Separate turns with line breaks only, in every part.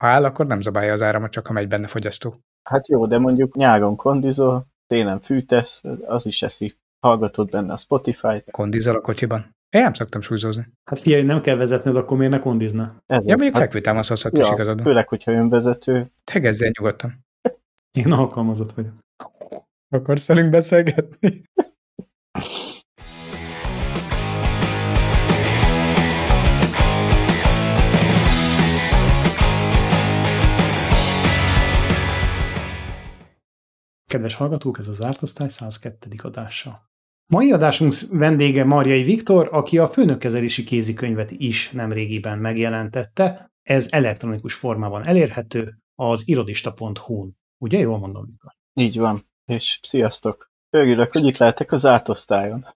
Ha áll, akkor nem zabálja az áramot, csak ha megy benne fogyasztó.
Hát jó, de mondjuk nyáron kondizol, télen fűtesz, az is eszi. Hallgatod benne a Spotify-t.
Kondizol a kocsiban. Én nem szoktam súlyzózni.
Hát figyelj, nem kell vezetned, akkor miért ne kondizna?
Ez
Ja,
az.
mondjuk
Hát,
fekvőtámaszhozhat is
ja,
igazad. van.
főleg, hogyha önvezető.
Tegezzél nyugodtan.
Én alkalmazott vagyok.
Akarsz velünk beszélgetni?
Kedves hallgatók, ez a zárt osztály 102. adása. Mai adásunk vendége Marjai Viktor, aki a főnökkezelési kézikönyvet is nemrégiben megjelentette. Ez elektronikus formában elérhető az irodista.hu-n. Ugye jól mondom, Viktor?
Így van. És sziasztok. Örülök, hogy itt lehetek az átosztályon.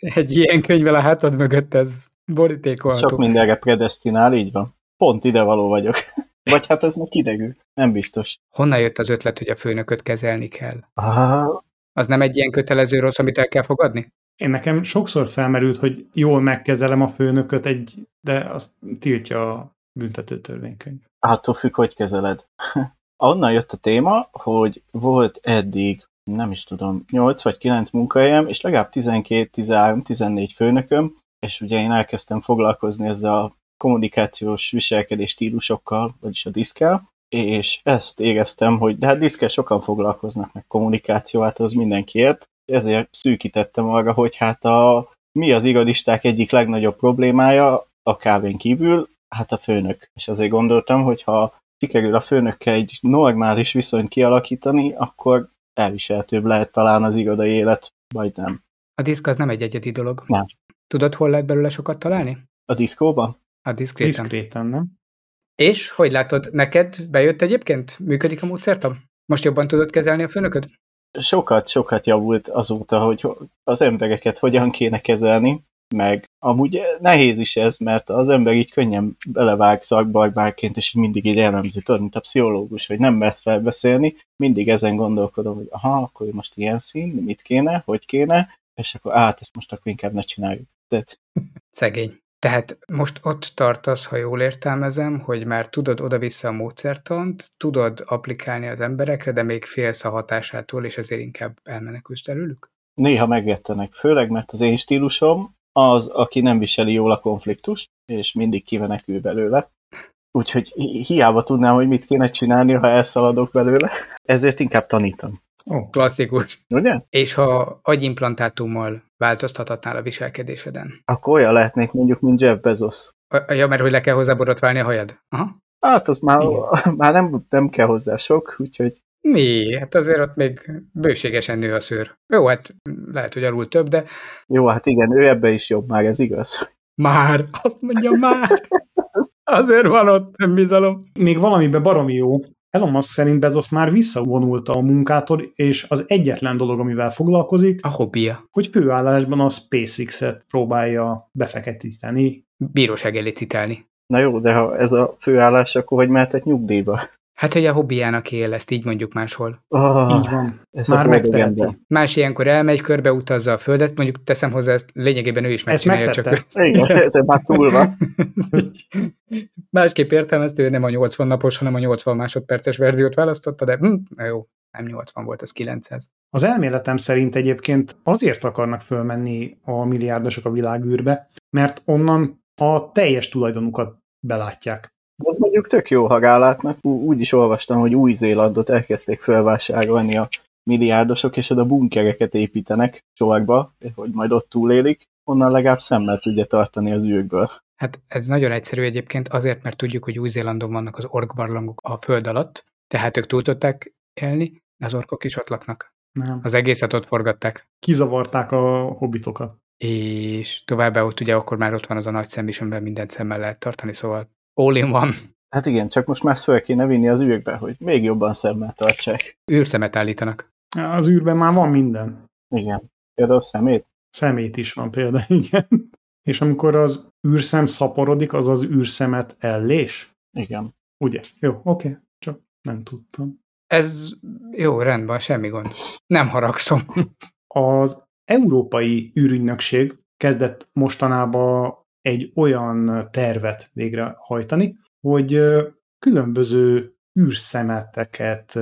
Egy ilyen könyvvel a hátad mögött ez
Sok
borítékolható.
mindenre predestinál, így van. Pont ide való vagyok. Vagy hát ez meg idegű. Nem biztos.
Honnan jött az ötlet, hogy a főnököt kezelni kell?
Ah,
Az nem egy ilyen kötelező rossz, amit el kell fogadni?
Én nekem sokszor felmerült, hogy jól megkezelem a főnököt, egy, de azt tiltja a büntető törvénykönyv.
Attól függ, hogy kezeled. Onnan jött a téma, hogy volt eddig, nem is tudom, 8 vagy 9 munkahelyem, és legalább 12, 13, 14 főnököm, és ugye én elkezdtem foglalkozni ezzel a kommunikációs viselkedés stílusokkal, vagyis a diszkel, és ezt éreztem, hogy de hát diszkel sokan foglalkoznak meg kommunikáció, hát az mindenkiért, ezért szűkítettem arra, hogy hát a, mi az irodisták egyik legnagyobb problémája a kávén kívül, hát a főnök. És azért gondoltam, hogy ha sikerül a főnökkel egy normális viszonyt kialakítani, akkor elviseltőbb lehet talán az irodai élet, vagy nem.
A diszk az nem egy egyedi dolog.
Nem.
Tudod, hol lehet belőle sokat találni?
A diszkóban?
A diszkréten.
Diszkréten, nem?
És hogy látod, neked bejött egyébként? Működik a módszertam? Most jobban tudod kezelni a főnököd?
Sokat, sokat javult azóta, hogy ho- az embereket hogyan kéne kezelni, meg amúgy nehéz is ez, mert az ember így könnyen belevág szakbarbárként, és így mindig így elemzi, tudod, mint a pszichológus, hogy nem mersz felbeszélni, mindig ezen gondolkodom, hogy aha, akkor most ilyen szín, mit kéne, hogy kéne, és akkor át, ezt most akkor inkább ne csináljuk. Tehát
Szegény. Tehát most ott tartasz, ha jól értelmezem, hogy már tudod oda-vissza a módszertant, tudod applikálni az emberekre, de még félsz a hatásától, és ezért inkább elmenekülsz előlük?
néha megvettenek, főleg mert az én stílusom az, aki nem viseli jól a konfliktust, és mindig kimenekül belőle. Úgyhogy hi- hiába tudnám, hogy mit kéne csinálni, ha elszaladok belőle. Ezért inkább tanítom.
Ó,
Klasszikus.
Ugye?
És ha agyimplantátummal változtathatnál a viselkedéseden?
Akkor olyan lehetnék mondjuk, mint Jeff Bezos.
A- Ja, mert hogy le kell hozzá borotválni a hajad? Aha.
Hát az már,
Igen.
már nem, nem kell hozzá sok, úgyhogy
Mi? Hát azért ott még bőségesen nő a szőr. Jó, hát lehet, hogy alul több, de
jó, hát igen, ő ebbe is jobb már, ez igaz.
már, azt mondja már. Azért van ott önbizalom.
még valamiben baromi jó. Elon Musk szerint Bezos már visszavonulta a munkától, és az egyetlen dolog, amivel foglalkozik,
A hobbija.
hogy főállásban a SpaceX-et próbálja befeketíteni.
Bíróság elé citálni.
Na jó, de ha ez a főállás, akkor hogy mehetek nyugdíjba?
Hát, hogy a hobbiának él, ezt így mondjuk máshol.
Ah,
Így van.
ez a
Már
boldog
megteheti.
ember.
Más ilyenkor elmegy, körbe utazza a földet, mondjuk teszem hozzá, ezt lényegében ő is
Ezt
megcsinálja,
megtette.
csak
Igen, ez már túl van.
ő- másképp értelmezte, ő nem a 80 napos, hanem a 80 másodperces verziót választotta, de hm, na jó, nem 80 volt, az 900.
Az elméletem szerint egyébként azért akarnak fölmenni a milliárdosok a világűrbe, mert onnan a teljes tulajdonukat belátják.
Az mondjuk tök jó, ha rálátnak. Ú- Úgy is olvastam, hogy Új-Zélandot elkezdték felvásárolni a milliárdosok, és oda bunkereket építenek sorba, hogy majd ott túlélik. Onnan legalább szemmel tudja tartani az űrből.
Hát ez nagyon egyszerű egyébként, azért, mert tudjuk, hogy Új-Zélandon vannak az orkbarlangok a föld alatt, tehát ők túl tudták élni, de az orkok is ott laknak.
Nem.
Az egészet ott forgatták.
Kizavarták a hobbitokat.
és továbbá ott ugye akkor már ott van az a nagy szem is, amiben mindent szemmel lehet tartani, szóval all in van.
Hát igen, csak most már ezt föl kéne vinni az űrbe, hogy még jobban szemmel tartsák.
Őrszemet állítanak.
Az űrben már van minden.
Igen. Például szemét.
Szemét is van például, igen. És amikor az űrszem szaporodik, az az űrszemet ellés?
Igen.
Ugye? Jó, oké, okay. csak nem tudtam.
Ez jó, rendben, semmi gond. Nem haragszom.
Az Európai űrügynökség kezdett mostanában egy olyan tervet végrehajtani, hogy ö, különböző űrszemeteket,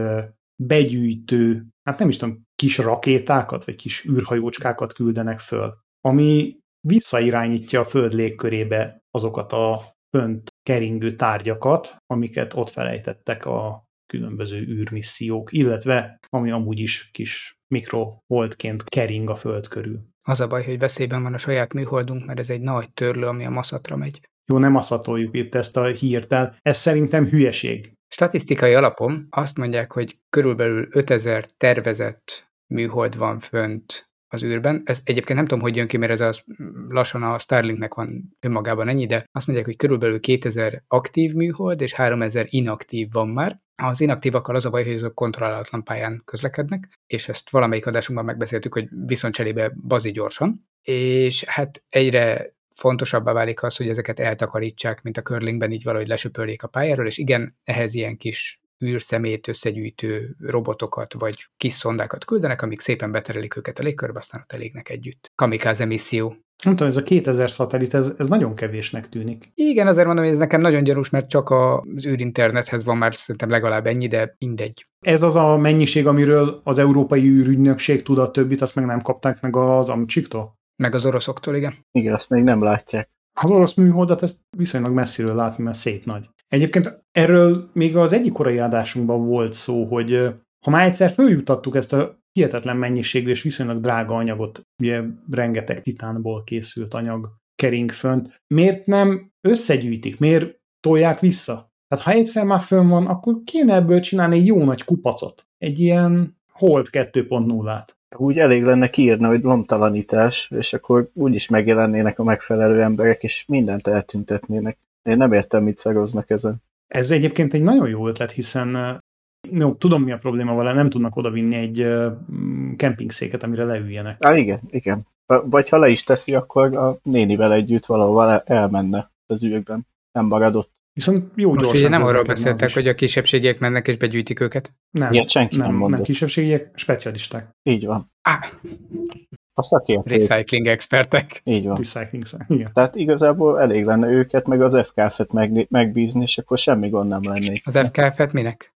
begyűjtő, hát nem is tudom, kis rakétákat, vagy kis űrhajócskákat küldenek föl, ami visszairányítja a Föld légkörébe azokat a fönt keringő tárgyakat, amiket ott felejtettek a különböző űrmissziók, illetve ami amúgy is kis mikroholdként kering a Föld körül.
Az a baj, hogy veszélyben van a saját műholdunk, mert ez egy nagy törlő, ami a maszatra megy.
Jó, nem aszatoljuk itt ezt a hírt el. Ez szerintem hülyeség.
Statisztikai alapon azt mondják, hogy körülbelül 5000 tervezett műhold van fönt az űrben. Ez egyébként nem tudom, hogy jön ki, mert ez az, lassan a Starlinknek van önmagában ennyi, de azt mondják, hogy körülbelül 2000 aktív műhold és 3000 inaktív van már. Az inaktívakkal az a baj, hogy azok kontrollálatlan pályán közlekednek, és ezt valamelyik adásunkban megbeszéltük, hogy viszont cserébe bazi gyorsan. És hát egyre fontosabbá válik az, hogy ezeket eltakarítsák, mint a curlingben, így valahogy lesöpörjék a pályáról, és igen, ehhez ilyen kis űrszemét összegyűjtő robotokat vagy kis szondákat küldenek, amik szépen beterelik őket a légkörbe, aztán ott elégnek együtt. Kamikáz emisszió.
Nem tudom, ez a 2000 szatellit, ez, ez nagyon kevésnek tűnik.
Igen, azért mondom, hogy ez nekem nagyon gyanús, mert csak az űrinternethez van már szerintem legalább ennyi, de mindegy.
Ez az a mennyiség, amiről az Európai űrügynökség tud a többit, azt meg nem kapták meg az amcsiktól?
Meg az oroszoktól, igen.
Igen, azt még nem látják.
Az orosz műholdat ezt viszonylag messziről látni, mert szép nagy. Egyébként erről még az egyik korai adásunkban volt szó, hogy ha már egyszer följutattuk ezt a hihetetlen mennyiségű és viszonylag drága anyagot, ugye rengeteg titánból készült anyag kering fönt, miért nem összegyűjtik, miért tolják vissza? Tehát ha egyszer már fönn van, akkor kéne ebből csinálni egy jó nagy kupacot, egy ilyen Hold 2.0-át.
Úgy elég lenne kiírni, hogy lomtalanítás, és akkor úgyis megjelennének a megfelelő emberek, és mindent eltüntetnének. Én nem értem, mit szagoznak ezen.
Ez egyébként egy nagyon jó ötlet, hiszen jó, tudom, mi a probléma vele, nem tudnak odavinni egy uh, kempingszéket, amire leüljenek.
Á, igen, igen. Vagy ha le is teszi, akkor a nénivel együtt valahova elmenne az ügyekben. Nem maradott.
Viszont jó
Most
gyorsan.
ugye nem arról
közlekedne az
beszéltek,
is.
hogy a kisebbségiek mennek és begyűjtik őket?
Nem,
Ilyet senki nem
nem, nem
mondott.
kisebbségiek, specialisták.
Így van.
Á,
A szakértők.
recycling expertek.
Így van.
Recycling szám. Igen.
Tehát igazából elég lenne őket, meg az FKF-et meg, megbízni, és akkor semmi gond nem lennék.
Az FKF-et minek?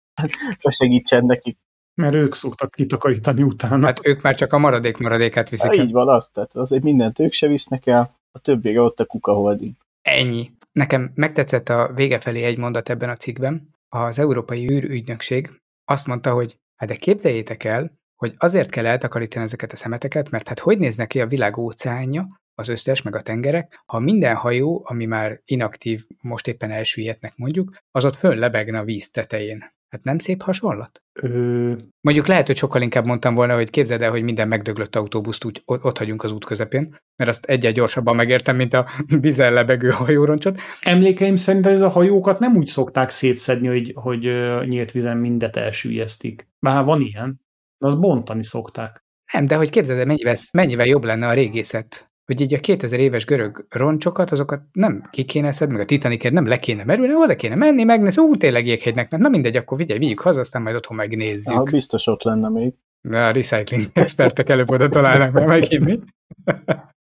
Se segítsen nekik.
Mert ők szoktak kitakarítani utána. Hát,
Hát ők már csak a maradék maradékát viszik.
Hát
el.
így van, az. Tehát azért mindent ők se visznek el, a többére ott a kuka holding.
Ennyi. Nekem megtetszett a vége felé egy mondat ebben a cikkben. Az Európai űrügynökség azt mondta, hogy hát de képzeljétek el, hogy azért kell eltakarítani ezeket a szemeteket, mert hát hogy néznek ki a világ óceánja, az összes, meg a tengerek, ha minden hajó, ami már inaktív, most éppen elsüllyednek mondjuk, az ott fönn lebegne a víz tetején. Hát nem szép hasonlat?
Ö,
Mondjuk lehet, hogy sokkal inkább mondtam volna, hogy képzeld el, hogy minden megdöglött autóbuszt úgy ott, ott hagyunk az út közepén, mert azt egyel gyorsabban megértem, mint a vízen lebegő hajóroncsot,
emlékeim szerint ez a hajókat nem úgy szokták szétszedni, hogy, hogy ö, nyílt vizen mindet elsüllyesztik. Bár van ilyen, de azt bontani szokták.
Nem, de hogy képzeld el, mennyivel, mennyivel jobb lenne a régészet? Hogy így a 2000 éves görög roncsokat, azokat nem ki kéne szed, meg a titanikért nem le kéne merülni, oda kéne menni, megnézni, ú, tényleg jéghegynek, mert na mindegy, akkor vigyelj, vigyük haza, aztán majd otthon megnézzük.
Ha biztos ott lenne még.
A recycling expertek előbb oda találnak meg megint, mi?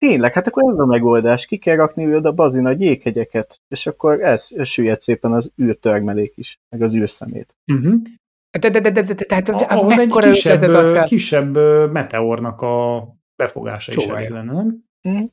Tényleg, hát akkor ez a megoldás. Ki kell rakni oda bazin a jéghegyeket, és akkor ez süllyed szépen az űrtörmelék is, meg az űrszemét.
Uh-huh.
De, de, de, de, de, de, tehát,
Ahhoz egy
mekkora
kisebb,
ötletet
ö,
adtál?
kisebb ö, meteornak a befogása is
Csóválja.
elég lenne, nem?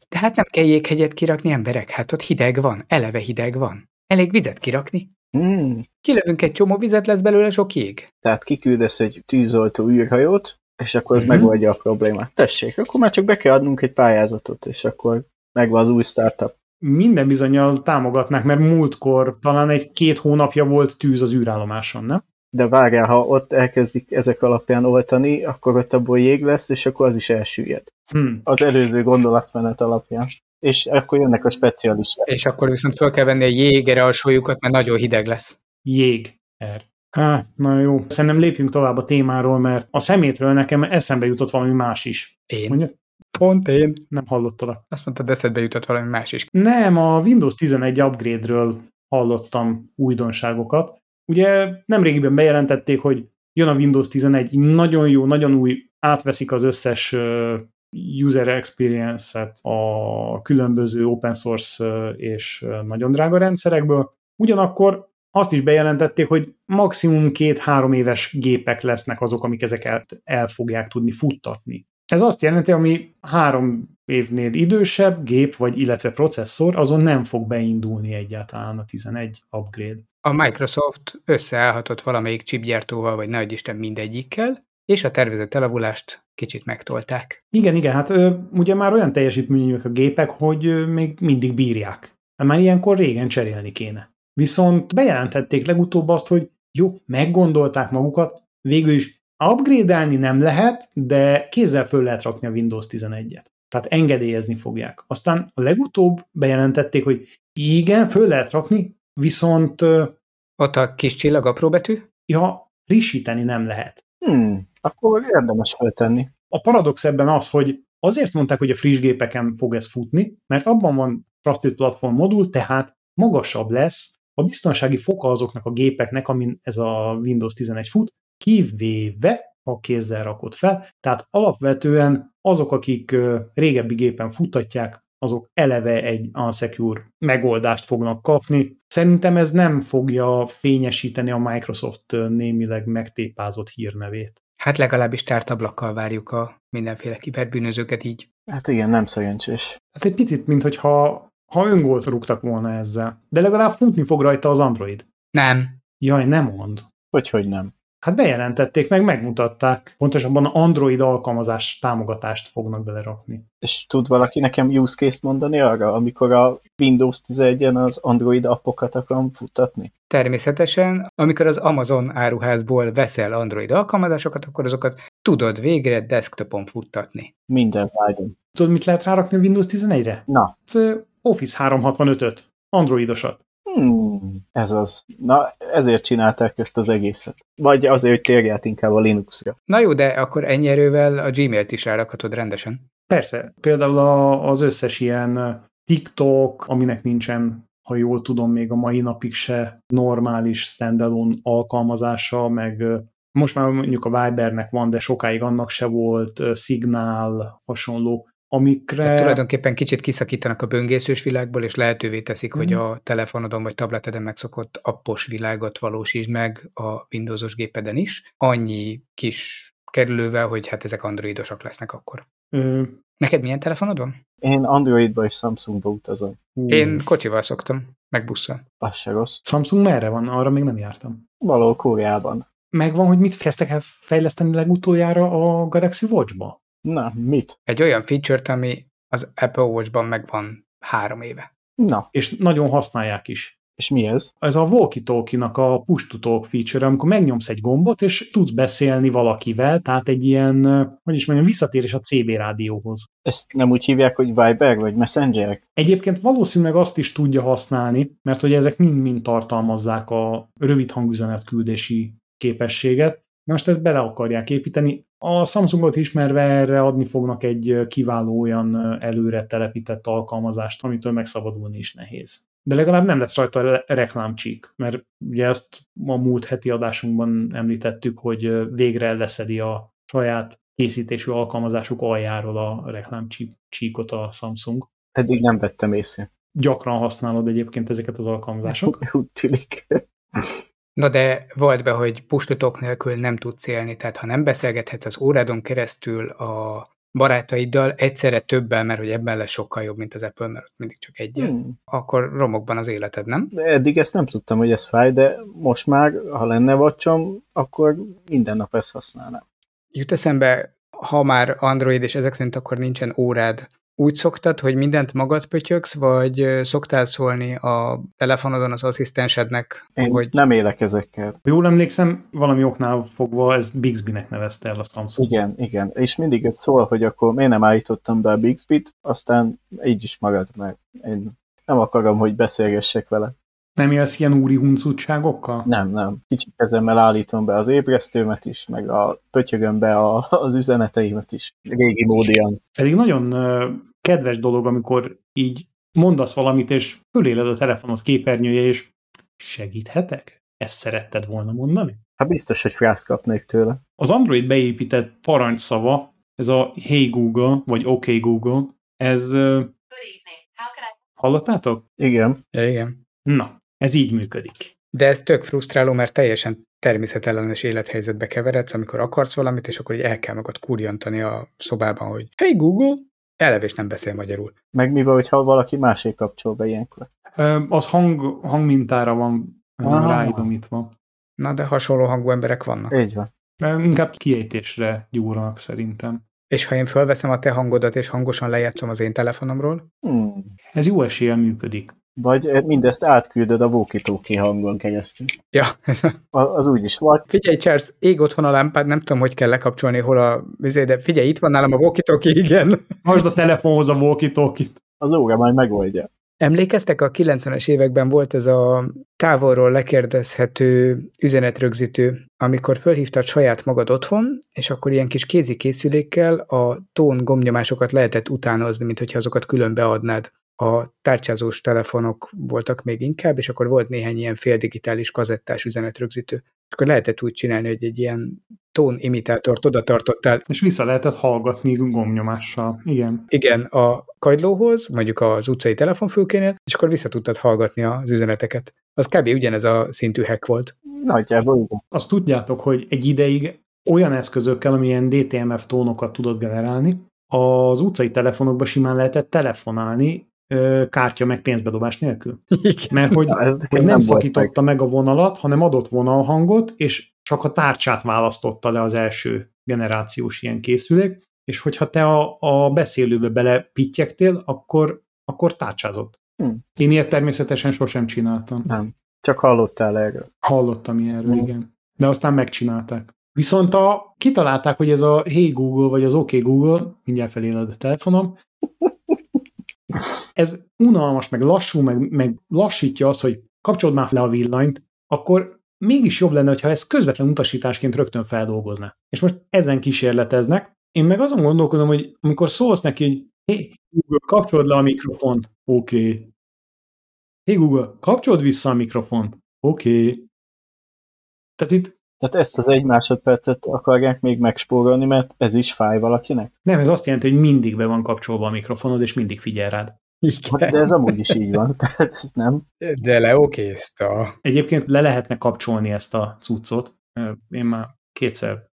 De hát nem kell jéghegyet kirakni emberek, hát ott hideg van, eleve hideg van. Elég vizet kirakni.
Hmm.
Kilövünk egy csomó vizet, lesz belőle sok jég.
Tehát kiküldesz egy tűzoltó űrhajót, és akkor ez
Mhm.
megoldja a problémát. Tessék, akkor már csak be kell adnunk egy pályázatot, és akkor megvan az új startup.
Minden bizonyal támogatnák, mert múltkor talán egy-két hónapja volt tűz az űrállomáson, nem?
De várjál, ha ott elkezdik ezek alapján oltani, akkor ott abból jég lesz, és akkor az is elsüllyed.
Hm.
Az előző gondolatmenet alapján. És akkor jönnek a specialisták.
És akkor viszont föl kell venni a jégere alsójukat, mert nagyon hideg lesz.
Jég. Er. Há, na jó. Szerintem lépjünk tovább a témáról, mert a szemétről nekem eszembe jutott valami más is.
Én?
Mondja?
Pont én.
Nem hallottalak.
Azt mondtad, eszedbe jutott valami más is.
Nem, a Windows 11 upgrade-ről hallottam újdonságokat. Ugye nemrégiben bejelentették, hogy jön a Windows 11, így nagyon jó, nagyon új, átveszik az összes ö, user experience-et a különböző open source ö, és ö, nagyon drága rendszerekből. Ugyanakkor azt is bejelentették, hogy maximum két-három éves gépek lesznek azok, amik ezeket el fogják tudni futtatni. Ez azt jelenti, ami három évnél idősebb gép, vagy illetve processzor, azon nem fog beindulni egyáltalán a 11 upgrade.
A Microsoft összeállhatott valamelyik chipgyártóval, vagy nagy Isten mindegyikkel, és a tervezett elavulást kicsit megtolták.
Igen, igen, hát ö, ugye már olyan teljesítményűek a gépek, hogy ö, még mindig bírják. Hát Már ilyenkor régen cserélni kéne. Viszont bejelentették legutóbb azt, hogy jó, meggondolták magukat, végül is upgrade-elni nem lehet, de kézzel föl lehet rakni a Windows 11-et. Tehát engedélyezni fogják. Aztán a legutóbb bejelentették, hogy igen, föl lehet rakni, viszont... ö,
Ott a kis csillag apró betű?
Ja, frissíteni nem lehet.
Hmm, akkor érdemes feltenni.
a paradox ebben az, hogy azért mondták, hogy a friss gépeken fog ez futni, mert abban van Trusted Platform modul, tehát magasabb lesz a biztonsági foka azoknak a gépeknek, amin ez a Windows 11 fut, kivéve, ha kézzel rakod fel, tehát alapvetően azok, akik ö, régebbi gépen futtatják, azok eleve egy unsecure megoldást fognak kapni. Szerintem ez nem fogja fényesíteni a Microsoft ö, némileg megtépázott hírnevét.
Hát legalábbis tárt ablakkal várjuk a mindenféle kiberbűnözőket így.
Hát igen, nem szerencsés.
Hát egy picit, mintha ha öngolt rúgtak volna ezzel. De legalább futni fog rajta az Android.
Nem.
Jaj, nem mond.
Hogy, hogy nem.
Hát bejelentették, meg megmutatták. Pontosabban Android alkalmazás támogatást fognak belerakni.
És tud valaki nekem use case-t mondani arra, amikor a Windows 11-en az Android appokat akarom futtatni?
Természetesen, amikor az Amazon áruházból veszel Android alkalmazásokat, akkor azokat tudod végre desktopon futtatni.
Minden vágyom.
Tudod, mit lehet rárakni a Windows 11-re?
Na,
Hát, ö, Office 365-öt. Androidosat.
hmm, ez az. Na, ezért csinálták ezt az egészet. Vagy azért, hogy térj át inkább a Linuxra.
Na jó, de akkor ennyi erővel a Gmailt is rárakhatod rendesen.
Persze, például a, az összes ilyen ö, TikTok, aminek nincsen, ha jól tudom, még a mai napig se normális standalone alkalmazása, meg ö, most már mondjuk a Vibernek van, de sokáig annak se volt, ö, Signal, hasonló,
Tehát
amikre...
tulajdonképpen kicsit kiszakítanak a böngészős világból, és lehetővé teszik, hogy
Mhm.
a telefonodon vagy tableteden megszokott appos világot valósítsd meg a Windowsos gépeden is. Annyi kis kerülővel, hogy hát ezek androidosak lesznek akkor.
Ö,
Neked milyen telefonod van?
Én Androidba és Samsungba utazom.
hú,
Én kocsival szoktam, meg busszal.
Az se rossz.
Samsung merre van? Arra még nem jártam.
Valahol Koreában.
Megvan, hogy mit kezdtek el fejleszteni legutoljára a Galaxy Watch-ba?
Na, mit?
egy olyan feature-t, ami az Apple Watch-ban megvan három éve.
Na,
És nagyon használják is.
és mi ez?
ez a walkie-talkie-nak a push to talk feature, amikor megnyomsz egy gombot, és tudsz beszélni valakivel, tehát egy ilyen, ö, hogy is mondjam, visszatérés a CB rádióhoz.
Ezt nem úgy hívják, hogy Viber vagy Messenger?
Egyébként valószínűleg azt is tudja használni, mert hogy ezek mind-mind tartalmazzák a rövid hangüzenet küldési képességet. Na Most ezt bele akarják építeni. A Samsungot ismerve erre adni fognak egy ö, kiváló olyan ö, előre telepített alkalmazást, amitől megszabadulni is nehéz. De legalább nem lesz rajta le- reklámcsík, mert ugye ezt a múlt heti adásunkban említettük, hogy ö, végre leszedi a saját készítésű alkalmazásuk aljáról a reklámcsíkot a Samsung
Eddig nem vettem észre.
gyakran használod egyébként ezeket az alkalmazások.
Úgy tűnik.
Na de volt be, hogy pustutok nélkül nem tudsz élni, tehát ha nem beszélgethetsz az órádon keresztül a barátaiddal egyszerre többel, mert hogy ebben lesz sokkal jobb, mint az Apple, mert ott mindig csak egy,
Hmm.
akkor romokban az életed, nem?
De eddig ezt nem tudtam, hogy ez fáj, de most már, ha lenne vacsom, akkor minden nap ezt használnám.
Jut eszembe, ha már Android, és ezek szerint akkor nincsen órád, úgy szoktad, hogy mindent magad pötyögsz, vagy ö, szoktál szólni a telefonodon az asszisztensednek,
Én
hogy
hogy... nem élek ezekkel.
Ha jól emlékszem, valami oknál fogva ezt Bixby-nek nevezte el a Samsung.
Igen, igen. És mindig ez szól, hogy akkor miért nem állítottam be a Bixby-t, aztán így is marad, mert én nem akarom, hogy beszélgessek vele.
Nem élsz ilyen úri huncutságokkal?
Nem, nem. Kicsit kezemmel állítom be az ébresztőmet is, meg a pötyögöm be a, az üzeneteimet is. Régi módian.
Pedig nagyon ö, kedves dolog, amikor így mondasz valamit, és föléled a telefonod képernyője, és segíthetek? Ezt szeretted volna mondani?
Hát biztos, hogy frászt kapnék tőle.
Az Android beépített parancsszava, ez a Hey Google, vagy OK Google, ez ö,
Good evening. How can I
hallottátok?
Igen.
igen.
Na, ez így működik.
De ez tök frusztráló, mert teljesen természetellenes élethelyzetbe keveredsz, amikor akarsz valamit, és akkor így el kell magad kurjantani a szobában, hogy hey Google, eleve nem beszél magyarul.
Meg mi van, hogyha valaki másé kapcsol be ilyenkor?
Ö, Az hang, hangmintára van ö,
Ah.
ráidomítva.
Na, de hasonló hangú emberek vannak.
Így van.
Ö, Inkább kiejtésre gyúrnak szerintem.
És ha én fölveszem a te hangodat, és hangosan lejátszom az én telefonomról,
Hmm.
Ez jó eséllyel működik.
Vagy eh, mindezt átküldöd a walkie hangon keresztül.
ja,
A- Az úgy is volt.
figyelj Charles, ég otthon a lámpád, nem tudom, hogy kell lekapcsolni, hol a vizé, de figyelj, itt van nálam a walkie igen.
Most a telefonhoz a walkie
Az óra majd megoldja.
Emlékeztek, a 90-es években volt ez a távolról lekérdezhető üzenetrögzítő, amikor fölhívtad saját magad otthon, és akkor ilyen kis kézi készülékkel a tón gomnyomásokat lehetett utánozni, mint hogyha azokat külön beadnád. A tárcsázós telefonok voltak még inkább, és akkor volt néhány ilyen féldigitális kazettás üzenetrögzítő. És akkor lehetett úgy csinálni, hogy egy ilyen tónimitátort oda tartottál
És vissza lehetett hallgatni gomnyomással. Igen.
igen, a kagylóhoz, mondjuk az utcai telefonfülkénél, és akkor vissza tudtad hallgatni az üzeneteket. Az kb. ugyanez a szintű hack volt.
Nagyjából igen.
Azt tudjátok, hogy egy ideig olyan eszközökkel, amilyen DTMF tónokat tudod generálni, az utcai telefonokba simán lehetett telefonálni ö, kártya meg pénzbedobás nélkül.
Igen.
Mert hogy
Na, ez
hogy
volt
nem,
meg.
szakította meg. a vonalat, hanem adott vonalhangot, és csak a tárcsát választotta le az első generációs ilyen készülék, és hogyha te a, a beszélőbe belepittyegtél, akkor, akkor tárcsázott.
Hm.
Én ilyet természetesen sosem csináltam.
Nem. Csak hallottál erről.
Hallottam ilyenről,
Hm.
igen. De aztán megcsinálták. Viszont a, kitalálták, hogy ez a Hey Google, vagy az OK Google, mindjárt feléled a telefonom, ez unalmas, meg lassú, meg, meg lassítja azt, hogy kapcsold már le a villanyt, akkor mégis jobb lenne, ha ezt közvetlen utasításként rögtön feldolgozná. És most ezen kísérleteznek. Én meg azon gondolkodom, hogy amikor szólsz neki, hogy hey, Google, kapcsold le a mikrofont. Oké. Okay. Hey Google, kapcsold vissza a mikrofont. Oké. Okay. Tehát itt
Tehát ezt az egy másodpercet akarják még megspórolni, mert ez is fáj valakinek.
nem, ez azt jelenti, hogy mindig be van kapcsolva a mikrofonod, és mindig figyel rád.
Hát, De
Igen.
ez amúgy is így van. Tehát ez nem.
De leokézta.
Egyébként le lehetne kapcsolni ezt a cuccot. Ö, Én már kétszer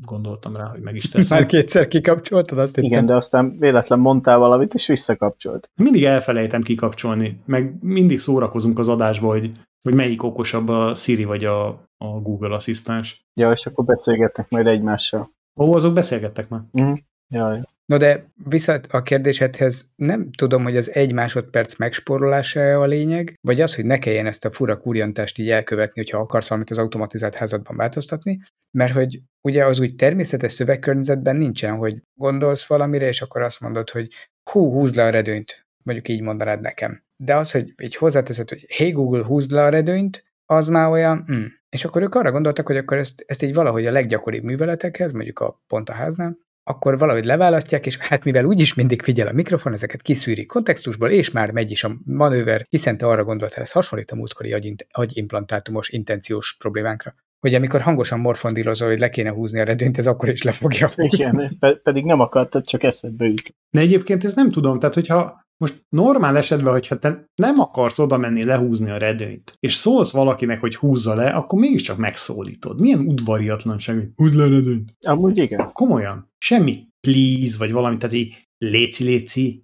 gondoltam rá, hogy meg is
Ezt már
teszem.
kétszer kikapcsoltad, azt
Igen,
hittem.
de aztán véletlen mondtál valamit, és visszakapcsolt.
Mindig elfelejtem kikapcsolni, meg mindig szórakozunk az adásba, hogy, hogy melyik okosabb a Siri vagy a, a Google asszisztens.
Ja, és akkor beszélgetnek majd egymással.
Ó, azok beszélgettek már.
Mm. Jaj.
No de vissza a kérdésedhez, nem tudom, hogy az egy másodperc megspórolása a lényeg, vagy az, hogy ne kelljen ezt a fura kurjantást így elkövetni, hogyha akarsz valamit az automatizált házadban változtatni, mert hogy ugye az úgy természetes szövegkörnyezetben nincsen, hogy gondolsz valamire, és akkor azt mondod, hogy hú, húzd le a redőnyt, mondjuk így mondanád nekem. De az, hogy így hozzáteszed, hogy hey Google, húzd le a redőnyt, az már olyan, mm. és akkor ők arra gondoltak, hogy akkor ezt, ezt így valahogy a leggyakoribb műveletekhez, mondjuk a pont a háznál, akkor valahogy leválasztják, és hát mivel úgyis mindig figyel a mikrofon, ezeket kiszűri kontextusból, és már megy is a manőver, hiszen te arra gondoltál, ez hasonlít a múltkori agyint- agyimplantátumos intenciós problémánkra, hogy amikor hangosan morfondírozol, hogy le kéne húzni a redőnyt, ez akkor is le fogja húzni.
Igen, pe- pedig nem akartad, csak eszedbe jut.
De egyébként ezt nem tudom, tehát hogyha most normál esetben, hogyha te nem akarsz oda menni lehúzni a redőnyt, és szólsz valakinek, hogy húzza le, akkor mégiscsak megszólítod. Milyen udvariatlanság, hogy húzd le a redőnyt.
Amúgy igen.
Komolyan. Semmi please, vagy valami, tehát így léci, léci.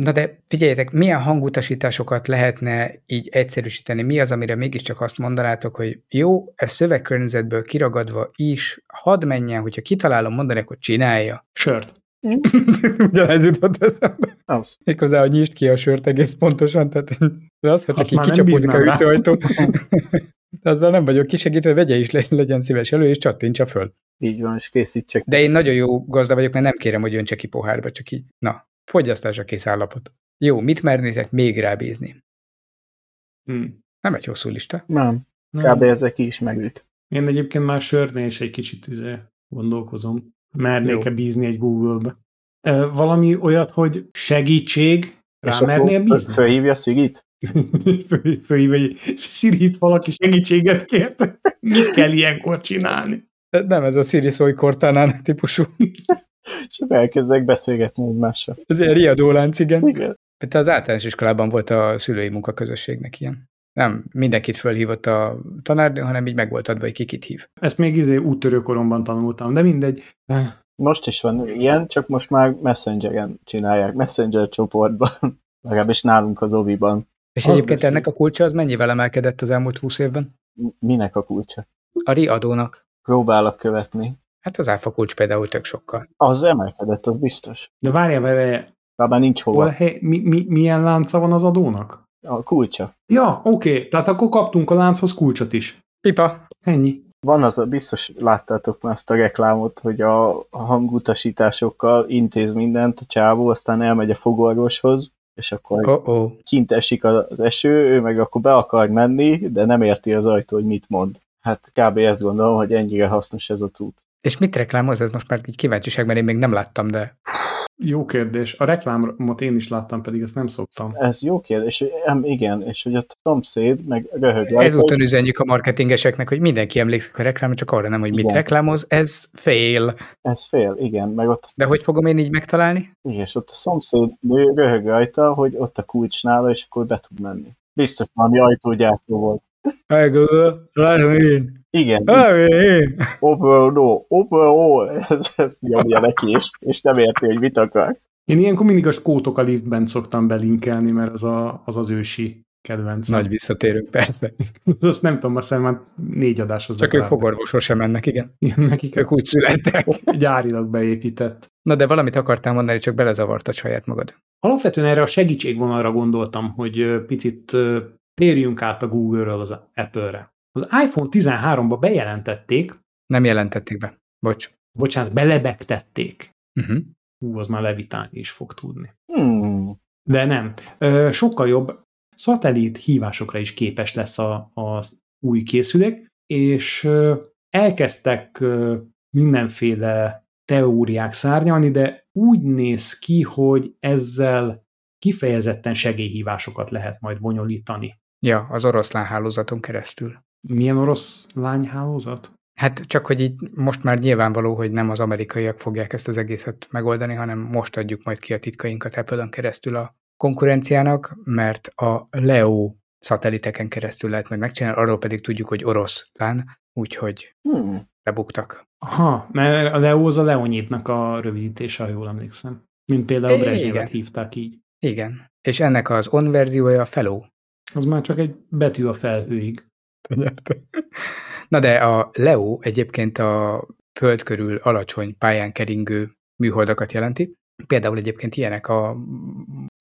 Na de figyeljetek, milyen hangutasításokat lehetne így egyszerűsíteni? Mi az, amire mégiscsak azt mondanátok, hogy jó, ez szövegkörnyezetből kiragadva is, hadd menjen, hogyha kitalálom mondani, akkor csinálja.
Sört.
Ugyanez jutott eszembe.
Az.
Méghozzá, hogy nyisd ki a sört egész pontosan, tehát de az, ha csak
Azt
így
már nem
kicsapódik a
bíznám rá.
hűtőajtó, de azzal nem vagyok kisegítve, vegye is, le- legyen szíves elő, és csattintsa föl.
Így van, és készítsek.
De én nagyon jó gazda vagyok, mert nem kérem, hogy öntse ki pohárba, csak így, na, fogyasztásra kész állapot. Jó, mit mernétek még rábízni?
Hm.
Nem egy hosszú lista.
Nem,
Nem.
kb. ezek ki is megüt.
Én egyébként már sörnél is egy kicsit izé, gondolkozom. Mernék-e bízni egy Google-be? Ö, valami olyat, hogy segítség, rá mernél bízni?
fölhívja Szirit?
Föl- Fölhív egy Siri-t, valaki segítséget kért. Mit kell ilyenkor csinálni?
Ez Nem ez a Siri szói kortánának típusú.
És elkezdek beszélgetni egymással.
Ez ilyen riadó lánc, igen.
Igen.
Te az általános iskolában volt a szülői munkaközösségnek ilyen. nem mindenkit fölhívott a tanárnő, hanem így meg volt adva, hogy ki kit hív.
Ezt még izé úttörőkoromban tanultam, de mindegy.
Most is van ilyen, csak most már Messengeren csinálják, Messenger csoportban, legalábbis nálunk az oviban.
És
Az
az egyébként
beszél.
ennek a kulcsa az mennyivel emelkedett az elmúlt 20 évben?
M- Minek a kulcsa?
A RI adónak.
Próbálok követni.
Hát az áfa kulcs például tök sokkal.
Az emelkedett, az biztos.
De várjál, várjál,
Bár már nincs hova.
hol, hely, mi, mi, milyen lánca van az adónak?
A kulcsa.
Ja, oké, okay. tehát akkor kaptunk a lánchoz kulcsot is.
Pipa,
Ennyi.
Van az a, biztos láttátok már azt a reklámot, hogy a a hangutasításokkal intéz mindent a csávó, aztán elmegy a fogorvoshoz, és akkor
oh -oh.
kint esik az eső, ő meg akkor be akar menni, de nem érti az ajtó, hogy mit mond. Hát kb. ezt gondolom, hogy ennyire hasznos ez a cucc.
És mit reklámoz ez most már így kíváncsiságban, én még nem láttam, de
Jó kérdés. A reklámot én is láttam, pedig ezt nem szoktam.
Ez jó kérdés, és- em, igen, és hogy ott a szomszéd meg röhög rajta, hogy
ezúton üzenjük a marketingeseknek, hogy mindenki emlékszik a reklámra, csak arra nem, hogy mit
Igen.
reklámoz, ez fail.
ez fél, igen, meg ott,
De hogy fogom én így megtalálni?
és ott a szomszéd nő röhög rajta, hogy ott a kulcs nála, és akkor be tud menni. Biztos valami ajtógyártó volt.
Látom én.
Igen,
én.
over, no, over, oh, ez, ez nyomja neki, és, és nem érti, hogy mit akar.
Én ilyenkor mindig a skótok a liftben szoktam belinkelni, mert az a, az, az ősi kedvenc.
Nagy visszatérünk, persze.
Azt nem tudom, azt hiszem már négy adáshoz.
Csak ők
legalább.
fogorvosra sem mennek, igen.
Igen, Nekik
Ők úgy születtek.
gyárilag beépített.
Na de valamit akartál mondani, csak belezavartad saját magad.
Alapvetően erre a segítségvonalra gondoltam, hogy ö, picit ö, térjünk át a Google-ről az Apple-re. Az iPhone 13-ba bejelentették,
Nem jelentették be. Bocs.
bocsánat, belebegtették.
Uh-huh.
Hú, az már levitálni is fog tudni.
Hmm,
De nem. Ö, sokkal jobb szatellit hívásokra is képes lesz a, az új készülék, és ö, elkezdtek ö, mindenféle teóriák szárnyalni, de úgy néz ki, hogy ezzel kifejezetten segélyhívásokat lehet majd bonyolítani.
Ja, az oroszlán hálózaton keresztül.
Milyen orosz lányhálózat?
Hát csak, hogy így most már nyilvánvaló, hogy nem az amerikaiak fogják ezt az egészet megoldani, hanem most adjuk majd ki a titkainkat apple keresztül a konkurenciának, mert a Leo szatelliteken keresztül lehet majd megcsinálni, arról pedig tudjuk, hogy oroszlán, úgyhogy
hmm.
lebuktak.
Aha, mert a Leo az a Leonyidnak a rövidítése, ha jól emlékszem. Mint például
Igen.
Brezsnyevet hívták így.
Igen. És ennek az on verziója a Fellow.
Az már csak egy betű a felhőig.
Na de a Leo egyébként a föld körül alacsony pályán keringő műholdakat jelenti. Például egyébként ilyenek a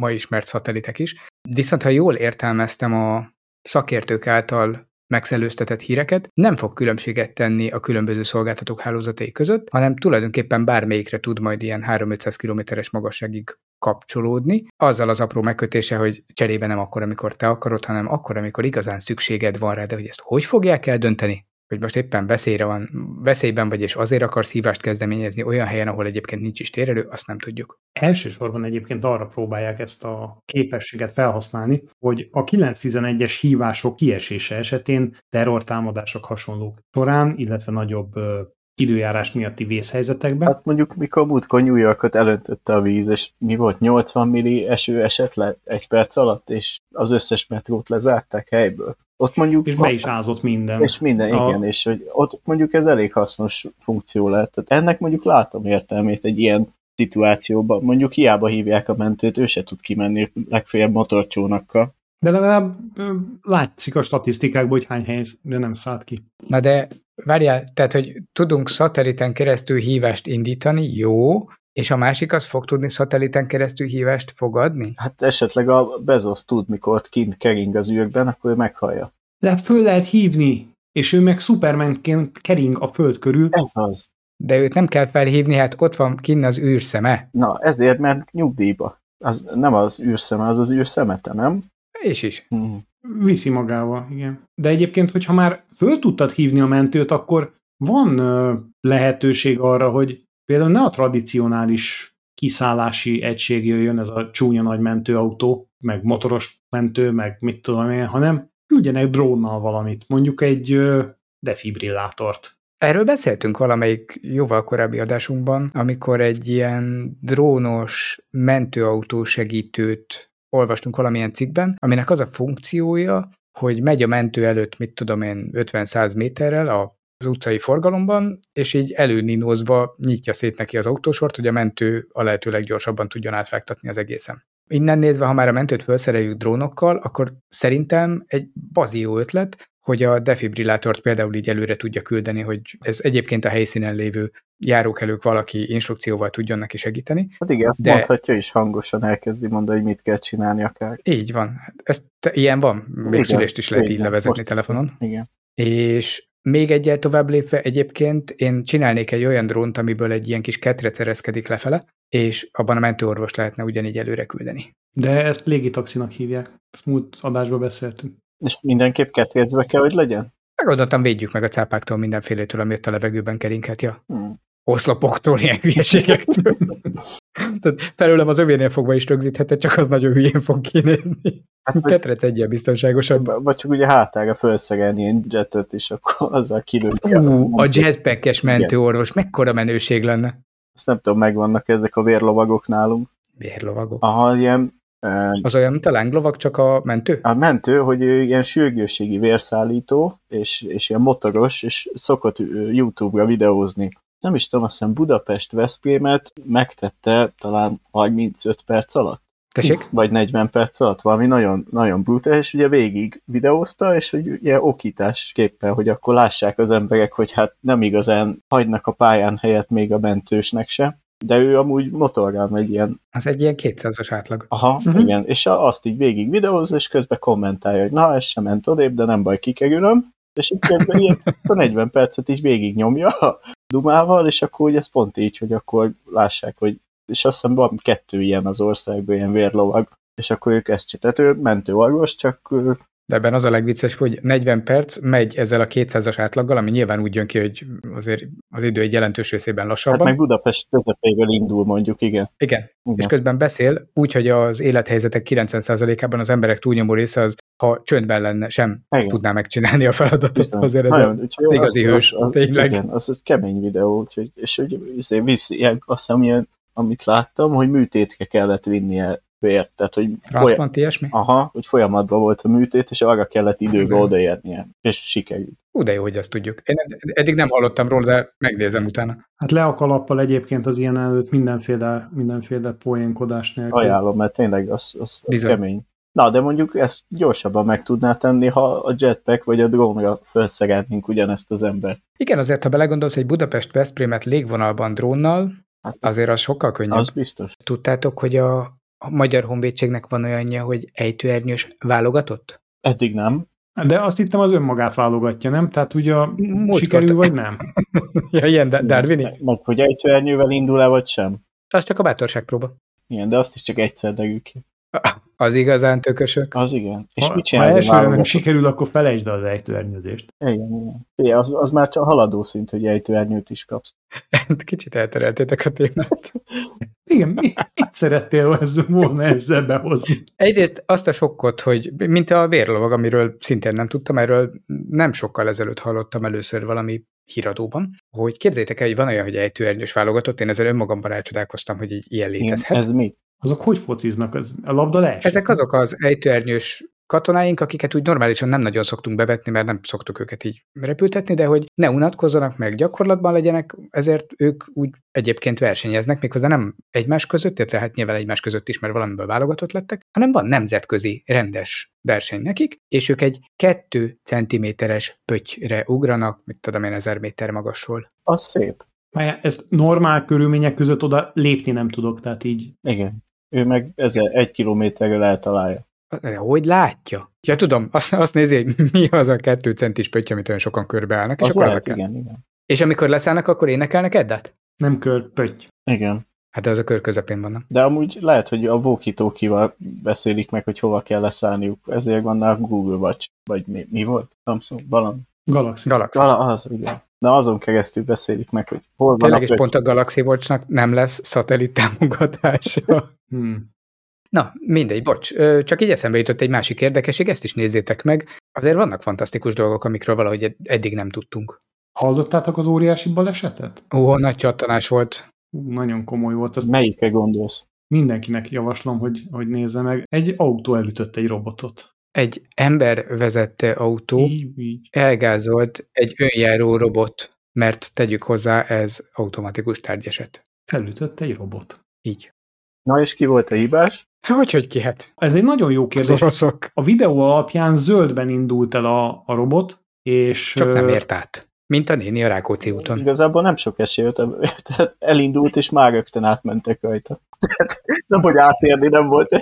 ma ismert szatelitek is. Viszont ha jól értelmeztem a szakértők által megszelőztetett híreket, nem fog különbséget tenni a különböző szolgáltatók hálózatai között, hanem tulajdonképpen bármelyikre tud majd ilyen 3-500 kilométeres magasságig kapcsolódni, azzal az apró megkötése, hogy cserébe nem akkor, amikor te akarod, hanem akkor, amikor igazán szükséged van rá, de hogy ezt hogy fogják eldönteni? Hogy most éppen veszélyre van, veszélyben vagy, és azért akarsz hívást kezdeményezni olyan helyen, ahol egyébként nincs is térelő, azt nem tudjuk.
Elsősorban egyébként arra próbálják ezt a képességet felhasználni, hogy a 911-es hívások kiesése esetén terrortámadások hasonlók során, illetve nagyobb ö, időjárás miatti vészhelyzetekben.
Hát mondjuk, mikor múltkor New Yorkot elöntötte a víz, és mi volt, 80 milli eső esett le egy perc alatt, és az összes metrót lezárták helyből. Ott mondjuk...
És be is ázott minden.
És minden,
A-
igen, és hogy ott mondjuk ez elég hasznos funkció lehet. Tehát ennek mondjuk látom értelmét egy ilyen szituációban. Mondjuk hiába hívják a mentőt, ő se tud kimenni legfeljebb motorcsónakkal.
De legalább ö, látszik a statisztikákból, hogy hány helyre nem szállt ki.
Na de várjál, tehát, hogy tudunk szatelliten keresztül hívást indítani, jó, és a másik az fog tudni szatelliten keresztül hívást fogadni?
Hát esetleg a Bezos tud, mikor ott kint kering az űrben, akkor ő meghallja.
De hát föl lehet hívni, és ő meg Supermanként kering a föld körül,
Ez az.
De őt nem kell felhívni, hát ott van kinn az űrszeme.
Na, ezért, mert nyugdíjba. Az nem az űrszeme, az az űrszemete, nem?
És is.
Hm.
Viszi magával, igen. De egyébként, hogyha már föl tudtad hívni a mentőt, akkor van ö, lehetőség arra, hogy például ne a tradicionális kiszállási egység jöjjön, ez a csúnya nagy mentőautó, meg motoros mentő, meg mit tudom én, hanem küldjenek drónnal valamit, mondjuk egy ö, defibrillátort.
Erről beszéltünk valamelyik jóval korábbi adásunkban, amikor egy ilyen drónos mentőautó segítőt olvastunk valamilyen cikkben, aminek az a funkciója, hogy megy a mentő előtt, mit tudom én, 50-100 méterrel az utcai forgalomban, és így előninózva nyitja szét neki az autósort, hogy a mentő a lehető leggyorsabban tudjon átvágtatni az egészen. Innen nézve, ha már a mentőt felszereljük drónokkal, akkor szerintem egy bazió ötlet, hogy a defibrillátort például így előre tudja küldeni, hogy ez egyébként a helyszínen lévő járókelők valaki instrukcióval tudjon neki segíteni.
Hát igen, azt de... mondhatja is hangosan elkezdi mondani, hogy mit kell csinálni akár.
Így van. Ez ilyen van, még igen, szülést is lehet igen, így levezetni most, telefonon.
Igen.
És még egyel tovább lépve egyébként én csinálnék egy olyan drónt, amiből egy ilyen kis ketre ereszkedik lefele, és abban a mentőorvos lehetne ugyanígy előre küldeni.
De ezt légitaxinak hívják. Ezt múlt adásban beszéltünk.
És mindenképp ketrecbe kell, hogy legyen?
Megadottan védjük meg a cápáktól mindenfélétől, ami ott a levegőben keringhet, ja. Hmm. Oszlopoktól, ilyen hülyeségektől. Tehát felőlem az övénél fogva is rögzítheted, csak az nagyon hülyén fog kinézni. Hát, Ketrec egyel biztonságosabb.
Vagy csak ugye hátára felszegelni ilyen jetet, és akkor azzal kilőtt.
Ú, a jetpackes mentőorvos, mekkora menőség lenne?
Azt nem tudom, megvannak ezek a vérlovagok nálunk.
Vérlovagok?
Aha, ilyen
az olyan, mint a lánglovak, csak a mentő?
A mentő, hogy ő ilyen sürgősségi vérszállító, és, és ilyen motoros, és szokott YouTube-ra videózni. Nem is tudom, azt hiszem Budapest Veszprémet megtette talán 35 perc alatt.
Tessék?
Vagy 40 perc alatt, valami nagyon, nagyon brutális, és ugye végig videózta, és hogy ugye okításképpen, hogy akkor lássák az emberek, hogy hát nem igazán hagynak a pályán helyet még a mentősnek se, de ő amúgy motorral megy ilyen.
Az egy ilyen 200-as átlag.
Aha, uh-huh. igen, és azt így végig videóz, és közben kommentálja, hogy na, ez sem ment odébb, de nem baj, kikerülöm, és így közben ilyen a 40 percet is végig nyomja a dumával, és akkor ugye ez pont így, hogy akkor lássák, hogy és azt hiszem van kettő ilyen az országban, ilyen vérlovag, és akkor ők ezt csinálják, ő mentőorvos, csak
de ebben az a legvicces, hogy 40 perc megy ezzel a 200-as átlaggal, ami nyilván úgy jön ki, hogy azért az idő egy jelentős részében lassabban. Hát
meg Budapest közepéről indul mondjuk, igen.
igen. Igen, és közben beszél, úgyhogy az élethelyzetek 90%-ában az emberek túlnyomó része az, ha csöndben lenne, sem igen. tudná megcsinálni a feladatot. Bizony. Azért ez Nagyon, a igazi
az,
hős,
az, az, tényleg. Igen, az, az kemény videó, úgyhogy, és hogy azért viszi, azt hiszem, ilyen, amit láttam, hogy műtétke kellett vinnie vért. Tehát, hogy
Transplant, ilyesmi?
Aha, hogy folyamatban volt a műtét, és arra kellett időbe odaérnie, és sikerült.
Ú, de jó, hogy ezt tudjuk. Én eddig nem hallottam róla, de megnézem utána.
Hát le a kalappal egyébként az ilyen előtt mindenféle, mindenféle poénkodás nélkül.
Ajánlom, mert tényleg az, az, az kemény. Na, de mondjuk ezt gyorsabban meg tudná tenni, ha a jetpack vagy a drónra felszerelnénk ugyanezt az embert.
Igen, azért, ha belegondolsz, egy Budapest-Veszprémet légvonalban drónnal, hát, azért az sokkal könnyebb.
Az biztos.
Tudtátok, hogy a, a Magyar Honvédségnek van olyanja, hogy ejtőernyős válogatott?
Eddig nem.
De azt hittem az önmagát válogatja, nem? Tehát ugye Múlt sikerül, kort. vagy nem?
ja, ilyen Darwini. Meg,
meg hogy ejtőernyővel indul-e, vagy sem?
Az csak a bátorságpróba.
Igen, de azt is csak egyszer degül ki.
Az igazán tökösök.
Az igen. És
ha, mit csinál? Ha elsőre nem sikerül, akkor felejtsd el az ejtőernyőzést.
Igen, igen. igen az, az már csak haladó szint, hogy ejtőernyőt is kapsz.
Kicsit eltereltétek a témát.
igen, mit szerettél ez, volna ezzel behozni?
Egyrészt azt a sokkot, hogy mint a vérlovag, amiről szintén nem tudtam, erről nem sokkal ezelőtt hallottam először valami híradóban, hogy képzétek el, hogy van olyan, hogy ejtőernyős válogatott, én ezzel önmagamban elcsodálkoztam, hogy így ilyen létezhet.
Igen, ez mi?
Azok hogy fociznak? Az, a labda leesik?
Ezek azok az ejtőernyős katonáink, akiket úgy normálisan nem nagyon szoktunk bevetni, mert nem szoktuk őket így repültetni, de hogy ne unatkozzanak meg, gyakorlatban legyenek, ezért ők úgy egyébként versenyeznek, méghozzá nem egymás között, illetve hát nyilván egymás között is, mert valamiből válogatott lettek, hanem van nemzetközi rendes verseny nekik, és ők egy 2 centiméteres pöttyre ugranak, mit tudom én, 1000 méter magasról.
Az szép.
Már ezt normál körülmények között oda lépni nem tudok, tehát így.
Igen. Ő meg ezzel egy kilométerrel eltalálja.
Hogy látja? Ja, tudom, azt, azt nézi, hogy mi az a kettő centis pötty, amit olyan sokan körbeállnak, és
az
akkor
lehet, igen, igen.
És amikor leszállnak, akkor énekelnek Eddát?
Nem kör, pötty.
Igen.
Hát az a kör közepén vannak.
De amúgy lehet, hogy a walkie beszélik meg, hogy hova kell leszállniuk. Ezért van a Google Watch, vagy mi, mi volt? Samsung, valami.
Galaxy.
Galaxy.
Gala, az, igen. Na azon keresztül beszélik meg, hogy hol van
Tényleg, és pont a Galaxy watch nem lesz szatellit támogatása.
hmm.
Na, mindegy, bocs, csak így eszembe jutott egy másik érdekesség, ezt is nézzétek meg. Azért vannak fantasztikus dolgok, amikről valahogy eddig nem tudtunk.
Hallottátok az óriási balesetet?
Ó, nagy csattanás volt.
Ú, nagyon komoly volt. Azt
Melyikre gondolsz?
Mindenkinek javaslom, hogy, hogy nézze meg. Egy autó elütött egy robotot.
egy ember vezette autó
Így, így.
elgázolt egy önjáró robot, mert tegyük hozzá, ez automatikus tárgyeset.
Felütött egy robot.
Így.
Na és ki volt a hibás?
Hát hogy, hogy kihet?
Ez egy nagyon jó
Az
kérdés.
oroszok.
A videó alapján zöldben indult el a, a robot, és
Csak nem
ö,
ért át. Mint a néni a Rákóczi úton.
Igazából nem sok esély volt, tehát elindult, és már rögtön átmentek rajta. Tehát nem, hogy átérni nem volt.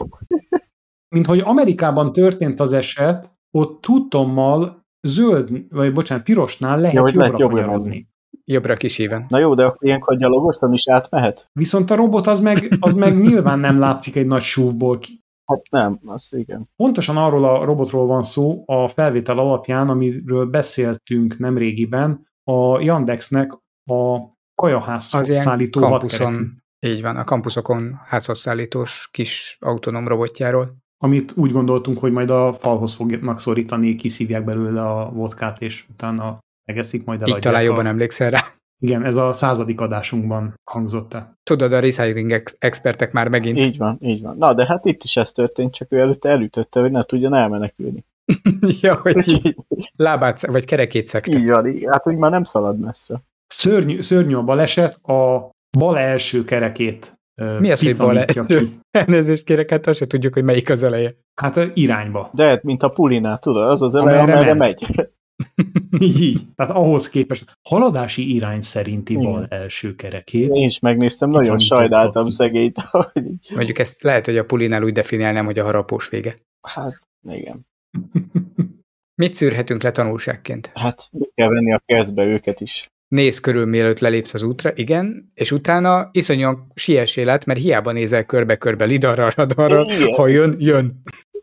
mint hogy Amerikában történt az eset, ott tudtommal zöld, vagy bocsánat, pirosnál lehet
Ja, hogy
jobbra,
lehet jobbra
kanyarodni.
menni.
Jobbra kisíven.
Na jó, de akkor ilyenkor gyalogosan is átmehet?
Viszont a robot az meg, az meg nyilván nem látszik egy nagy súvból ki.
Hát nem, az igen.
Pontosan arról a robotról van szó a felvétel alapján, amiről beszéltünk nemrégiben, a Yandexnek a kajaház
Az ilyen
szállító hadkerekű,
Kampuszon, így van, a kampuszokon házhozszállítós kis autonóm robotjáról.
amit úgy gondoltunk, hogy majd a falhoz fognak szorítani, kiszívják belőle a vodkát, és utána megeszik, majd
Így
eladják.
talán jobban
a...
emlékszel rá.
Igen, ez a századik adásunkban hangzott el.
Tudod, a recycling ex- expertek már megint.
Így van, így van. Na, de hát itt is ez történt, csak ő előtte elütötte, hogy ne tudjon elmenekülni.
ja, hogy
így,
lábát, sz- vagy kerekét szekte.
így van, így, hát úgy már nem szalad messze.
Szörnyű, szörnyű a baleset, a bal első kerekét ö,
Mi az, hogy bal
picamítja
első?
ki.
Elnézést kérek, hát azt se tudjuk, hogy melyik az eleje.
Hát ö, irányba.
De hát, mint a pulinál, tudod, az az eleje,
Amerre
amerre
ment.
megy.
Így. Tehát ahhoz képest haladási irány szerinti
Igen.
bal első kerekét.
Én is megnéztem, nagyon
Picamította
sajnáltam
ki.
szegényt, hogy így,
Mondjuk ezt lehet, hogy a pulinál úgy definiálnám, hogy a harapós vége.
hát igen.
Mit szűrhetünk le tanulságként?
Hát meg kell venni a kezbe őket is.
Nézz körül, mielőtt lelépsz az útra, igen, és utána iszonyúan siessél át, mert hiába nézel körbe-körbe lidarra, radarra,
Igen.
ha jön, jön.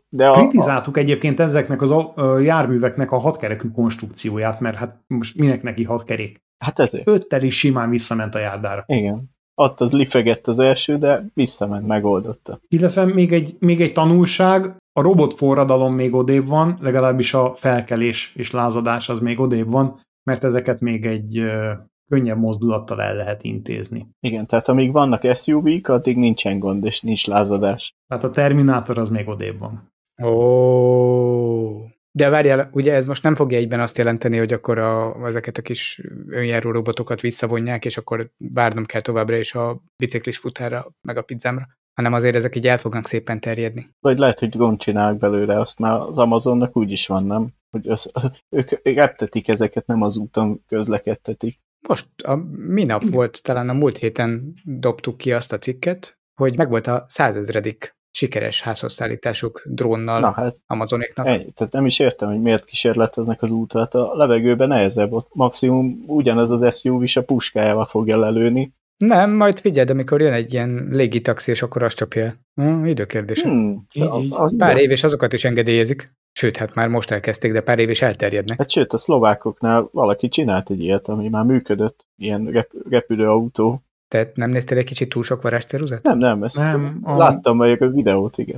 De a, a,
Kritizáltuk egyébként ezeknek az a- ö, járműveknek a hatkerekű konstrukcióját, mert hát most minek neki hat kerék?
hát ezért.
Öttel is simán visszament a járdára.
Igen. Ott az lifegett az első, de visszament, megoldotta.
Illetve még egy, még egy tanulság, a robot forradalom még odébb van, legalábbis a felkelés és lázadás az még odébb van, mert ezeket még egy ö, könnyebb mozdulattal el lehet intézni.
Igen, tehát amíg vannak SUV-k, addig nincsen gond, és nincs lázadás.
Tehát a Terminátor az még odébb van.
Ó. De várjál, ugye ez most nem fogja egyben azt jelenteni, hogy akkor a, ezeket a kis önjáró robotokat visszavonják, és akkor várnom kell továbbra is a biciklis futára, meg a pizzámra, hanem azért ezek így el fognak szépen terjedni.
Vagy lehet, hogy gond csinálnak belőle, azt már az Amazonnak úgy is van, nem? Hogy össz, ők reptetik ezeket, nem az úton közlekedtetik.
Most a minap volt, talán a múlt héten dobtuk ki azt a cikket, hogy megvolt a százezredik sikeres házhozszállításuk drónnal
Na
Na.
hát,
Amazonéknak.
ennyi. tehát nem is értem, hogy miért kísérleteznek az útra. Hát a levegőben nehezebb, ott maximum ugyanaz az SUV is a puskájával fogja lelőni.
Nem, majd figyeld, amikor jön egy ilyen légitaxi, és akkor azt csapja el. Hm, időkérdés. Hmm.
Hmm,
Így, így.
az
Pár
igen.
év, és azokat is engedélyezik. Sőt, hát már most elkezdték, de pár év is elterjednek.
Hát sőt, a szlovákoknál valaki csinált egy ilyet, ami már működött, ilyen rep- repülőautó.
Tehát nem néztél egy kicsit túl sok varázsteruzat?
Nem, nem, ezt
Nem, a-
láttam meg a videót, igen.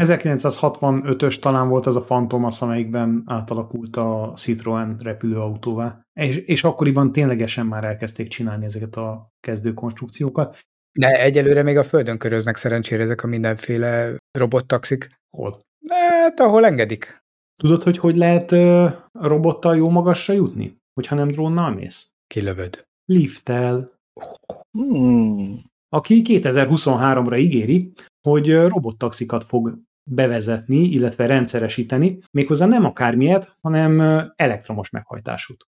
1965-ös talán volt ez a Fantomas, amelyikben átalakult a Citroen repülőautóvá, és, és akkoriban ténylegesen már elkezdték csinálni ezeket a kezdő konstrukciókat.
De egyelőre még a földön köröznek szerencsére ezek a mindenféle robottaxik.
Hol?
Hát, ahol engedik.
Tudod, hogy hogy lehet ö, robottal jó magasra jutni? Hogyha nem drónnal mész?
Kilövöd.
Lifttel.
Hmm,
Aki 2023-ra ígéri, hogy ö, robottaxikat fog bevezetni, illetve rendszeresíteni, méghozzá nem akármilyet, hanem ö, elektromos meghajtásút.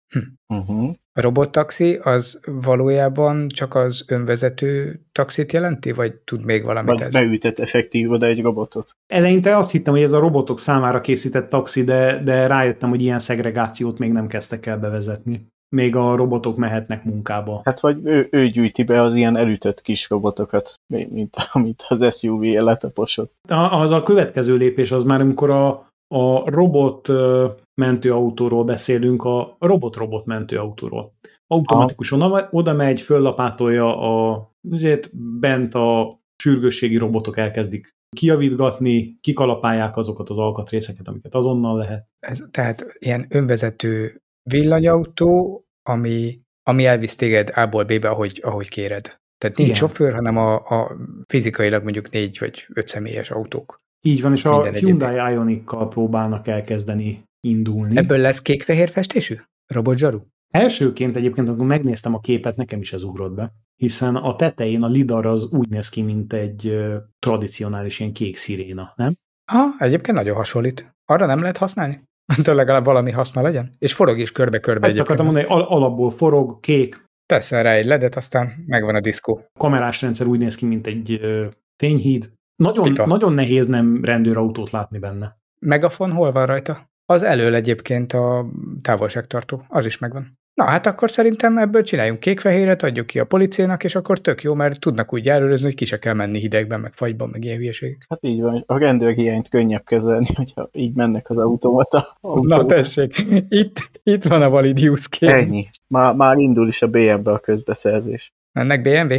uh-huh.
A robottaxi az valójában csak az önvezető taxit jelenti, vagy tud még valamit
Vagy
ez?
beütett effektív oda egy robotot.
Eleinte azt hittem, hogy ez a robotok számára készített taxi, de, de rájöttem, hogy ilyen szegregációt még nem kezdtek el bevezetni. Még a robotok mehetnek munkába.
Hát vagy ő, ő gyűjti be az ilyen elütött kis robotokat, mi- mint amit az SUV-je letaposott.
A- Az a következő lépés az már, amikor a, a robot ö, mentőautóról beszélünk, a robot-robot mentőautóról. Automatikusan oda- oda megy, föllapátolja a üzét, bent a sürgősségi robotok elkezdik kijavítgatni, kikalapálják azokat az alkatrészeket, amiket azonnal lehet.
ez, tehát ilyen önvezető villanyautó, ami, ami elvisz téged A-ból B-be, ahogy, ahogy kéred. Tehát nincs
Igen.
sofőr, hanem a, a fizikailag mondjuk négy vagy öt személyes autók.
Így van, és a
Minden egyéb.
Hyundai Ioniq-kal próbálnak elkezdeni indulni.
Ebből lesz kék-fehér festésű? Robot zsaru?
Elsőként egyébként, amikor megnéztem a képet, nekem is ez ugrott be, hiszen a tetején a lidar az úgy néz ki, mint egy ö, tradicionális ilyen kék sziréna, nem?
Ha, egyébként nagyon hasonlít. Arra nem lehet használni? De legalább valami haszna legyen? És forog is körbe-körbe
Ezt akartam
egyébként.
mondani, hogy al- alapból forog, kék,
Teszel rá egy ledet, aztán megvan a diszkó.
a kamerás rendszer úgy néz ki, mint egy ö, fényhíd. Nagyon,
Pipa.
nagyon nehéz nem rendőrautót látni benne.
Megafon hol van rajta? Az elől egyébként a távolságtartó. Az is megvan. Na hát akkor szerintem ebből csináljunk kék-fehéret, adjuk ki a policénak, és akkor tök jó, mert tudnak úgy járőrözni, hogy ki se kell menni hidegben, meg fagyban, meg ilyen hülyeségek.
Hát így van, a rendőrhiányt könnyebb kezelni, hogyha így mennek az automata.
Na
autók.
tessék, itt, itt van a valid use case.
Ennyi. Már, már indul is a BM-be a közbeszerzés.
Mennek BMW?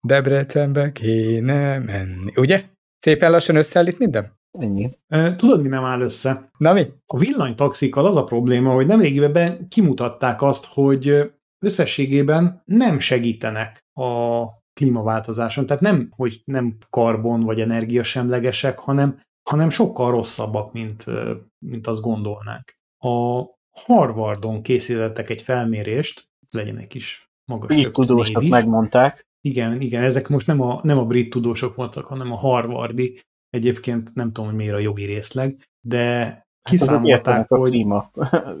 Debrecenbe kéne menni, ugye? Szépen lassan összeállít minden?
Ennyi.
Ö, Tudod, mi nem áll össze?
Na mi?
A villanytaxikkal az a probléma, hogy nemrégiben be- kimutatták azt, hogy ö, összességében nem segítenek a klímaváltozáson, tehát nem, hogy nem karbon vagy energiasemlegesek, hanem, hanem sokkal rosszabbak, mint, ö, mint azt gondolnánk. A Harvardon készítettek egy felmérést, legyen egy kis magas
Így
rögt
tudósok
név is.
megmondták.
Igen, igen, ezek most nem a, nem a brit tudósok voltak, hanem a harvardi, egyébként nem tudom, hogy miért a jogi részleg, de
Azok
kiszámolták,
értenek a
hogy,
klíma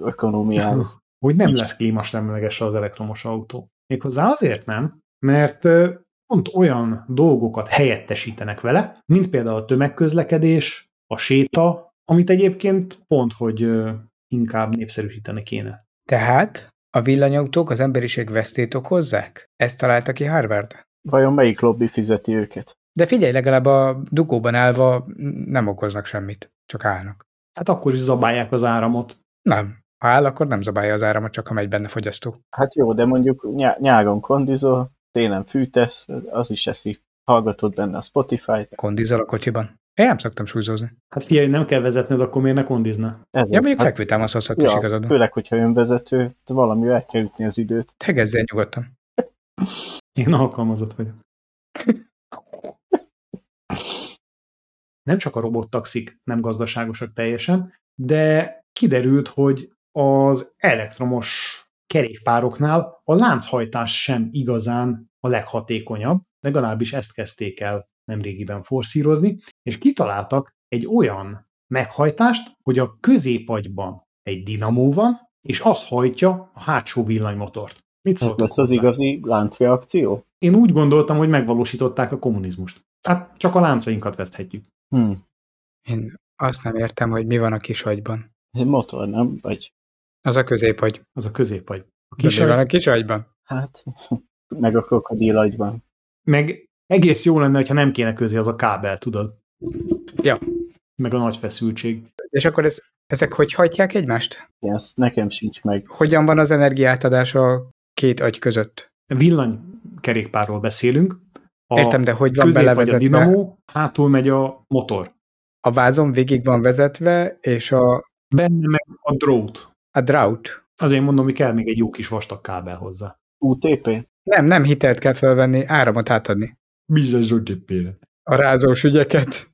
ökonómiához.
hogy nem lesz klímasemleges az elektromos autó. Méghozzá azért nem, mert ö, pont olyan dolgokat helyettesítenek vele, mint például a tömegközlekedés, a séta, amit egyébként pont, hogy ö, inkább népszerűsíteni kéne.
Tehát a villanyautók az emberiség vesztét okozzák? Ezt találta ki Harvard.
Vajon melyik lobby fizeti őket?
De figyelj, legalább a dugóban állva nem okoznak semmit, csak állnak.
Hát akkor is zabálják az áramot.
Nem. Ha áll, akkor nem zabálja az áramot, csak ha megy benne fogyasztó.
Hát jó, de mondjuk nyá- nyáron kondizol, télen fűtesz, az is eszi. Hallgatod benne a Spotify-t.
Kondizol a kocsiban. Én nem szoktam súlyzózni.
Hát figyelj, nem kell vezetned, akkor miért ne kondizna?
Ez
Ja,
az.
mondjuk
Hát
fekvőtámaszhozhatsz is igazad. van.
főleg, hogyha önvezető, de valami el kell ütni az időt.
Tegezzél nyugodtan.
Én alkalmazott vagyok. Nem csak a robottaxik nem gazdaságosak teljesen, de kiderült, hogy az elektromos kerékpároknál a lánchajtás sem igazán a leghatékonyabb, legalábbis ezt kezdték el nemrégiben forszírozni, és kitaláltak egy olyan meghajtást, hogy a középagyban egy dinamó van, és az hajtja a hátsó villanymotort. Mit
Ez
szóltok
lesz az
hozzá?
igazi láncreakció?
én úgy gondoltam, hogy megvalósították a kommunizmust. Hát csak a láncainkat veszthetjük.
Hm.
Én azt nem értem, hogy mi van a kisagyban.
Egy motor, nem? Vagy
Az a középagy.
Az a középagy. A
Kis mi van
kisagy,
a kisagyban?
hát, meg a krokodilagyban.
meg egész jó lenne, ha nem kéne közé az a kábel, tudod?
Ja.
Meg a nagy feszültség.
És akkor ez, ezek hogy hajtják egymást?
Igen, ez nekem sincs meg.
Hogyan van az energiátadás a két agy között?
Villanykerékpárról beszélünk. A
Értem, de hogy van
közép vagy a
belevezetve?
dinamó, hátul megy a motor.
A vázon végig van vezetve, és a,
Benne meg a drót.
a drought.
Azért mondom, hogy kell még egy jó kis vastag kábel hozzá.
UTP?
Nem, nem hitelt kell felvenni, áramot átadni.
Bizony, zöldépére.
A rázós ügyeket.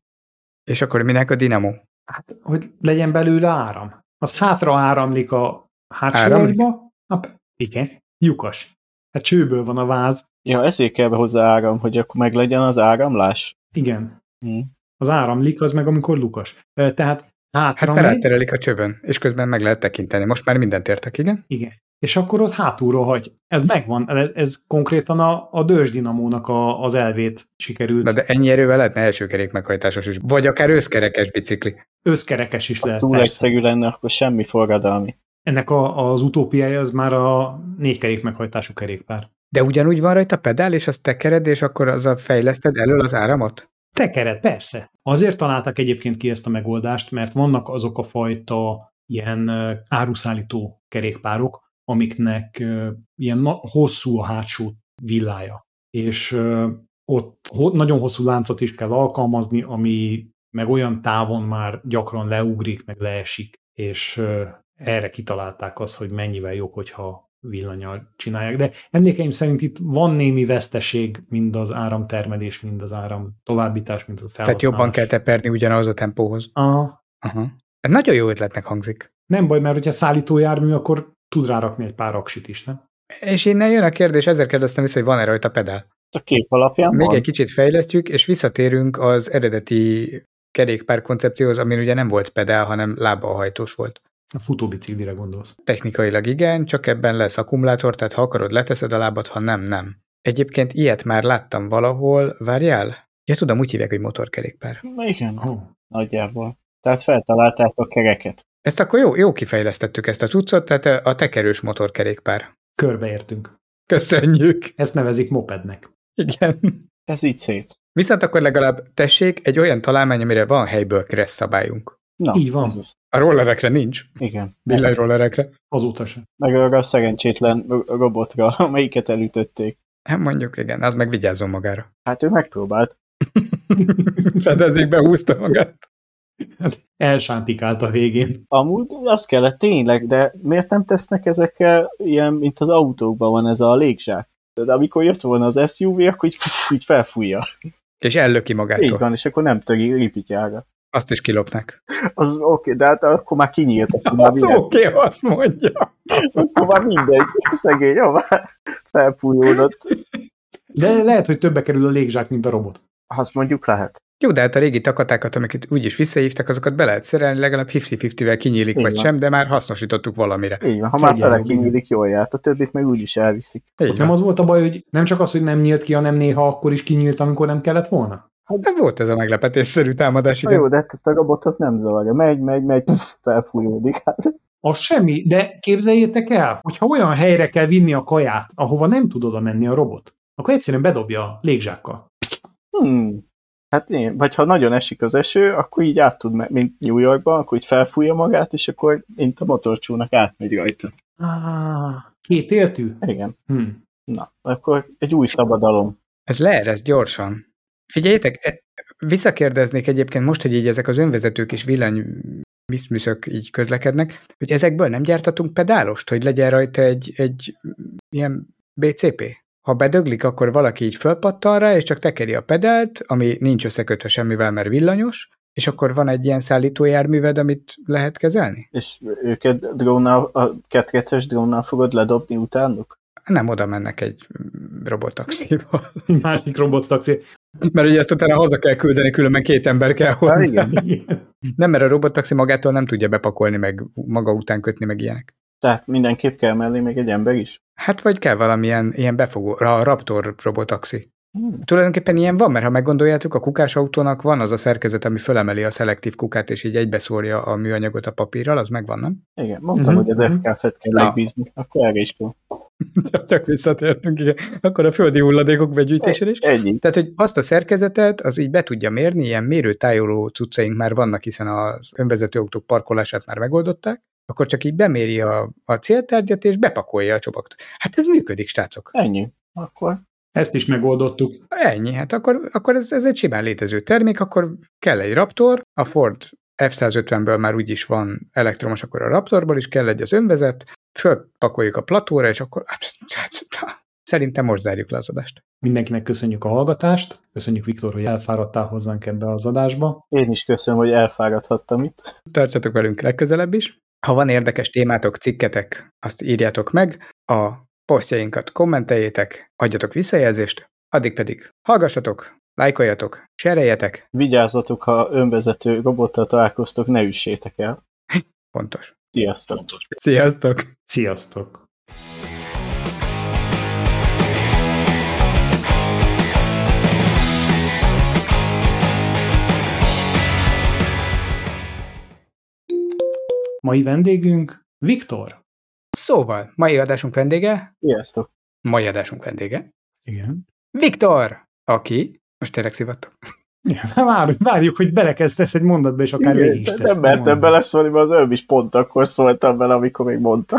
És akkor minek a dinamó?
Hát, hogy legyen belőle áram. Az hátra áramlik a hátsó
Áramlik?
agyba. Na, p- igen, lyukas. Hát csőből van a váz.
Ja, ezért kell hozzá áram, hogy akkor meg legyen az áramlás.
Igen,
Hm.
az áramlik, az meg amikor lukas. Ö, Tehát
Hát
hátra hát megy,
felterelik a csövön, és közben meg lehet tekinteni. Most már mindent értek, igen?
igen. És akkor ott hátulról hagy. Ez megvan, ez, ez konkrétan a, a dörzsdinamónak a, az elvét sikerült.
Na de ennyi erővel lehetne első kerék meghajtásos is. Vagy akár összkerekes bicikli.
Összkerekes is
Ha
lehet,
Hát túl
persze.
egyszerű lenne, akkor semmi forradalmi.
Ennek a, az utópiája az már a négykerék meghajtású kerékpár.
De ugyanúgy van rajta pedál, és azt tekered, és akkor azzal fejleszted elől az áramot?
Tekered, persze. Azért találták egyébként ki ezt a megoldást, mert vannak azok a fajta ilyen ö, áruszállító kerékpárok, amiknek ö, ilyen na- hosszú a hátsó villája, és ö, ott ho- nagyon hosszú láncot is kell alkalmazni, ami meg olyan távon már gyakran leugrik, meg leesik, és ö, erre kitalálták azt, hogy mennyivel jobb, hogyha villanyal csinálják, de emlékeim szerint itt van némi veszteség, mind az áramtermelés, mind az áram továbbítás, mind a felhasználás.
Tehát jobban kell teperni ugyanaz a tempóhoz.
Aha.
Aha. Ez nagyon jó ötletnek hangzik.
Nem baj, mert hogyha szállítójármű, akkor tud rárakni egy pár aksit is, nem?
És innen jön a kérdés, ezért kérdeztem vissza, hogy van-e rajta pedál.
A kép alapján
Még
van.
egy kicsit fejlesztjük, és visszatérünk az eredeti kerékpár koncepcióhoz, amin ugye nem volt pedál, hanem lábahajtós volt.
A futóbiciklire gondolsz.
Technikailag igen, csak ebben lesz akkumulátor, tehát ha akarod, leteszed a lábad, ha nem, nem. Egyébként ilyet már láttam valahol, várjál? Ja, tudom, úgy hívják, hogy motorkerékpár.
Igen,
Oh.
nagyjából. Tehát feltalálták a kereket.
Ezt akkor jó, jó kifejlesztettük ezt a cuccot, tehát a tekerős motorkerékpár.
Körbeértünk.
Köszönjük!
Ezt nevezik mopednek.
Igen.
Ez így szép.
Viszont akkor legalább tessék egy olyan találmány, amire van helyből kereszt szabályunk.
Na,
Így van.
Ez az.
A rollerekre nincs,
Igen.
rollerekre.
Azóta sem.
Meg arra a szerencsétlen ro- robotra, amelyiket elütötték.
Hát mondjuk igen, az meg vigyázzon magára.
Hát ő megpróbált.
Fedezékbe húzta magát.
Elsántikált a végén.
Amúgy az kellett tényleg, de miért nem tesznek ezekkel ilyen, mint az autókban van ez a légzsák? De amikor jött volna az SUV, akkor így, így felfújja.
És ellöki magától.
Így van, és akkor nem töri ripityára.
Azt is kilopnak.
Az oké, de hát akkor már kinyílt, akkor már, minden,
oké, okay, azt mondja.
akkor már mindegy, szegény, jó, már felpújódott.
De lehet, hogy többe kerül a légzsák, mint a robot.
Azt mondjuk lehet.
Jó, de hát a régi takatákat, amiket úgyis visszahívtak, azokat be lehet szerelni, legalább 50-50-vel kinyílik,
Így
vagy
van.
sem, de már hasznosítottuk valamire.
Így van, ha már
Egyenlő,
fele kinyílik, jól járt, a többit meg úgyis elviszik.
Így
Ott nem
van.
az volt a baj, hogy nem csak az, hogy nem nyílt ki, hanem néha akkor is kinyílt, amikor nem kellett volna?
Nem Hát volt ez a meglepetésszerű támadás,
Na
igen.
jó, de hát ezt a robotot nem zavarja. Megy, megy, megy, felfújódik. Hát,
Az semmi, de képzeljétek el, hogyha olyan helyre kell vinni a kaját, ahova nem tud oda menni a robot, akkor egyszerűen bedobja a légzsákkal.
hmm. hát én, vagy ha nagyon esik az eső, akkor így át tud, me- mint New Yorkban, akkor így felfújja magát, és akkor mint a motorcsónak átmegy rajta.
Ah, két éltű?
Igen.
Hm.
Na, akkor egy új szabadalom.
Ez leeresz gyorsan. Figyeljétek, e- visszakérdeznék egyébként most, hogy így ezek az önvezetők és villany viszműszök így közlekednek, hogy ezekből nem gyártatunk pedálost, hogy legyen rajta egy, egy ilyen BCP? Ha bedöglik, akkor valaki így fölpattan rá, és csak tekeri a pedált, ami nincs összekötve semmivel, mert villanyos, és akkor van egy ilyen szállítójárműved, amit lehet kezelni?
És őket drónnal, a ketreces drónnal fogod ledobni utánuk?
Nem, oda mennek egy mm, robotaxival.
Egy másik robottaxi.
Mert ugye ezt utána haza kell küldeni, különben két ember kell
Hát
hozzá.
igen.
Nem, mert a robottaxi magától nem tudja bepakolni, meg maga után kötni, meg ilyenek.
Tehát mindenképp kell mellé még egy ember is.
Hát vagy kell valamilyen ilyen befogó, a Raptor robotaxi.
Hmm.
Tulajdonképpen ilyen van, mert ha meggondoljátok, a kukás autónak van az a szerkezet, ami fölemeli a szelektív kukát, és így egybeszórja a műanyagot a papírral, az megvan, nem?
Igen, mondtam,
Mhm,
hogy az
mhm.
FKF-et kell
Na.
megbízni, akkor erre is kell.
Csak visszatértünk, igen. Akkor a földi hulladékok begyűjtésére is.
Ennyi.
Tehát, hogy azt a szerkezetet, az így be tudja mérni, ilyen mérőtájoló cuccaink már vannak, hiszen az önvezető autók parkolását már megoldották, akkor csak így beméri a, a céltárgyat, és bepakolja a csomagot. Hát ez működik, srácok.
Ennyi. Akkor
Ezt is megoldottuk.
Ennyi, hát akkor, akkor ez, ez egy simán létező termék, akkor kell egy Raptor, a Ford F-150-ből már úgyis van elektromos, akkor a Raptorból is kell egy az önvezet, fölpakoljuk a platóra, és akkor Hát, szerintem most zárjuk le az adást.
Mindenkinek köszönjük a hallgatást, köszönjük Viktor, hogy elfáradtál hozzánk ebbe az adásba.
én is köszönöm, hogy elfáradhattam itt.
tartsatok velünk legközelebb is. Ha van érdekes témátok, cikketek, azt írjátok meg, a posztjainkat kommenteljétek, adjatok visszajelzést, addig pedig hallgassatok, lájkoljatok, sereljetek,
Vigyázzatok, ha önvezető robottal találkoztok, ne üssétek el.
fontos.
Sziasztok!
Sziasztok!
Sziasztok! Mai vendégünk Viktor.
Szóval, mai adásunk vendége,
Sziasztok!
mai adásunk vendége,
Igen.
Viktor, aki, most tényleg szivattok.
Várjuk, várjuk, hogy belekezdesz egy mondatba, és akár végig is
Igen,
teszed
nem
a
mertem
mondatot.
beleszólni, mert az előbb is pont akkor szóltam bele, amikor még mondta.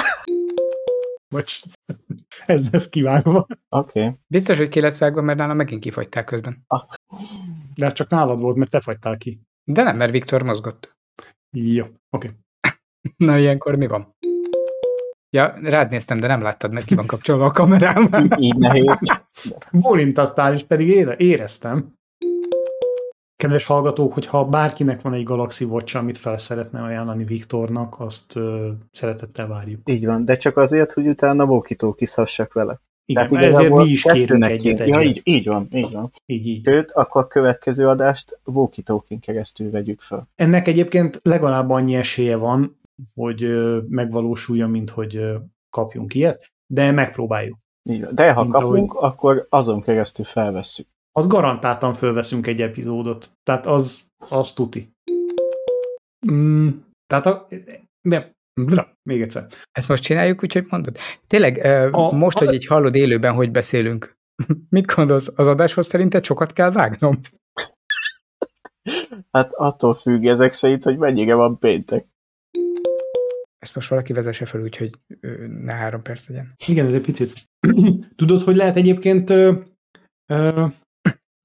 Bocs, ez lesz kivágva.
Oké. Okay.
Biztos, hogy ki lesz vágva, mert nálam megint kifagyták közben.
De ez csak nálad volt, mert te fagytál ki.
De nem, mert Viktor mozgott.
Jó, oké.
Na, ilyenkor mi van? Ja, rád néztem, de nem láttad, mert ki van kapcsolva a kamerám.
Így nehéz.
Bólintattál, és pedig ére, éreztem. Kedves hallgatók, hogyha bárkinek van egy Galaxy watch amit fel szeretne ajánlani Viktornak, azt ö, szeretettel várjuk.
Így van, de csak azért, hogy utána vókító kiszhassak vele.
Igen, Tehát ezért mi is kérünk
kettőnek
egyet,
kéne. Ja,
egyet.
így, így van, így van.
Így, így.
Sőt, akkor a következő adást walkie keresztül vegyük fel.
Ennek egyébként legalább annyi esélye van, hogy ö, megvalósuljon, mint hogy ö, kapjunk ilyet, de megpróbáljuk.
Így van. De ha
Mint
kapunk, akkor azon keresztül felvesszük.
Az garantáltan fölveszünk egy epizódot. Tehát az, az tuti. Mm, tehát a... De, bla, még egyszer.
Ezt most csináljuk, úgyhogy mondod. Tényleg, a,
A-
most,
az-
hogy így hallod élőben, hogy beszélünk, mit gondolsz, az adáshoz szerinted sokat kell vágnom?
Hát attól függ ezek szerint, hogy mennyire van péntek.
Ezt most valaki vezesse fel, úgyhogy ö, ne három perc legyen.
Igen, ez egy picit. Tudod, hogy lehet egyébként... Ö, ö,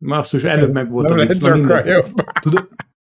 már azt is előbb meg volt a vicc, na mindegy.
jobb.
Tudod,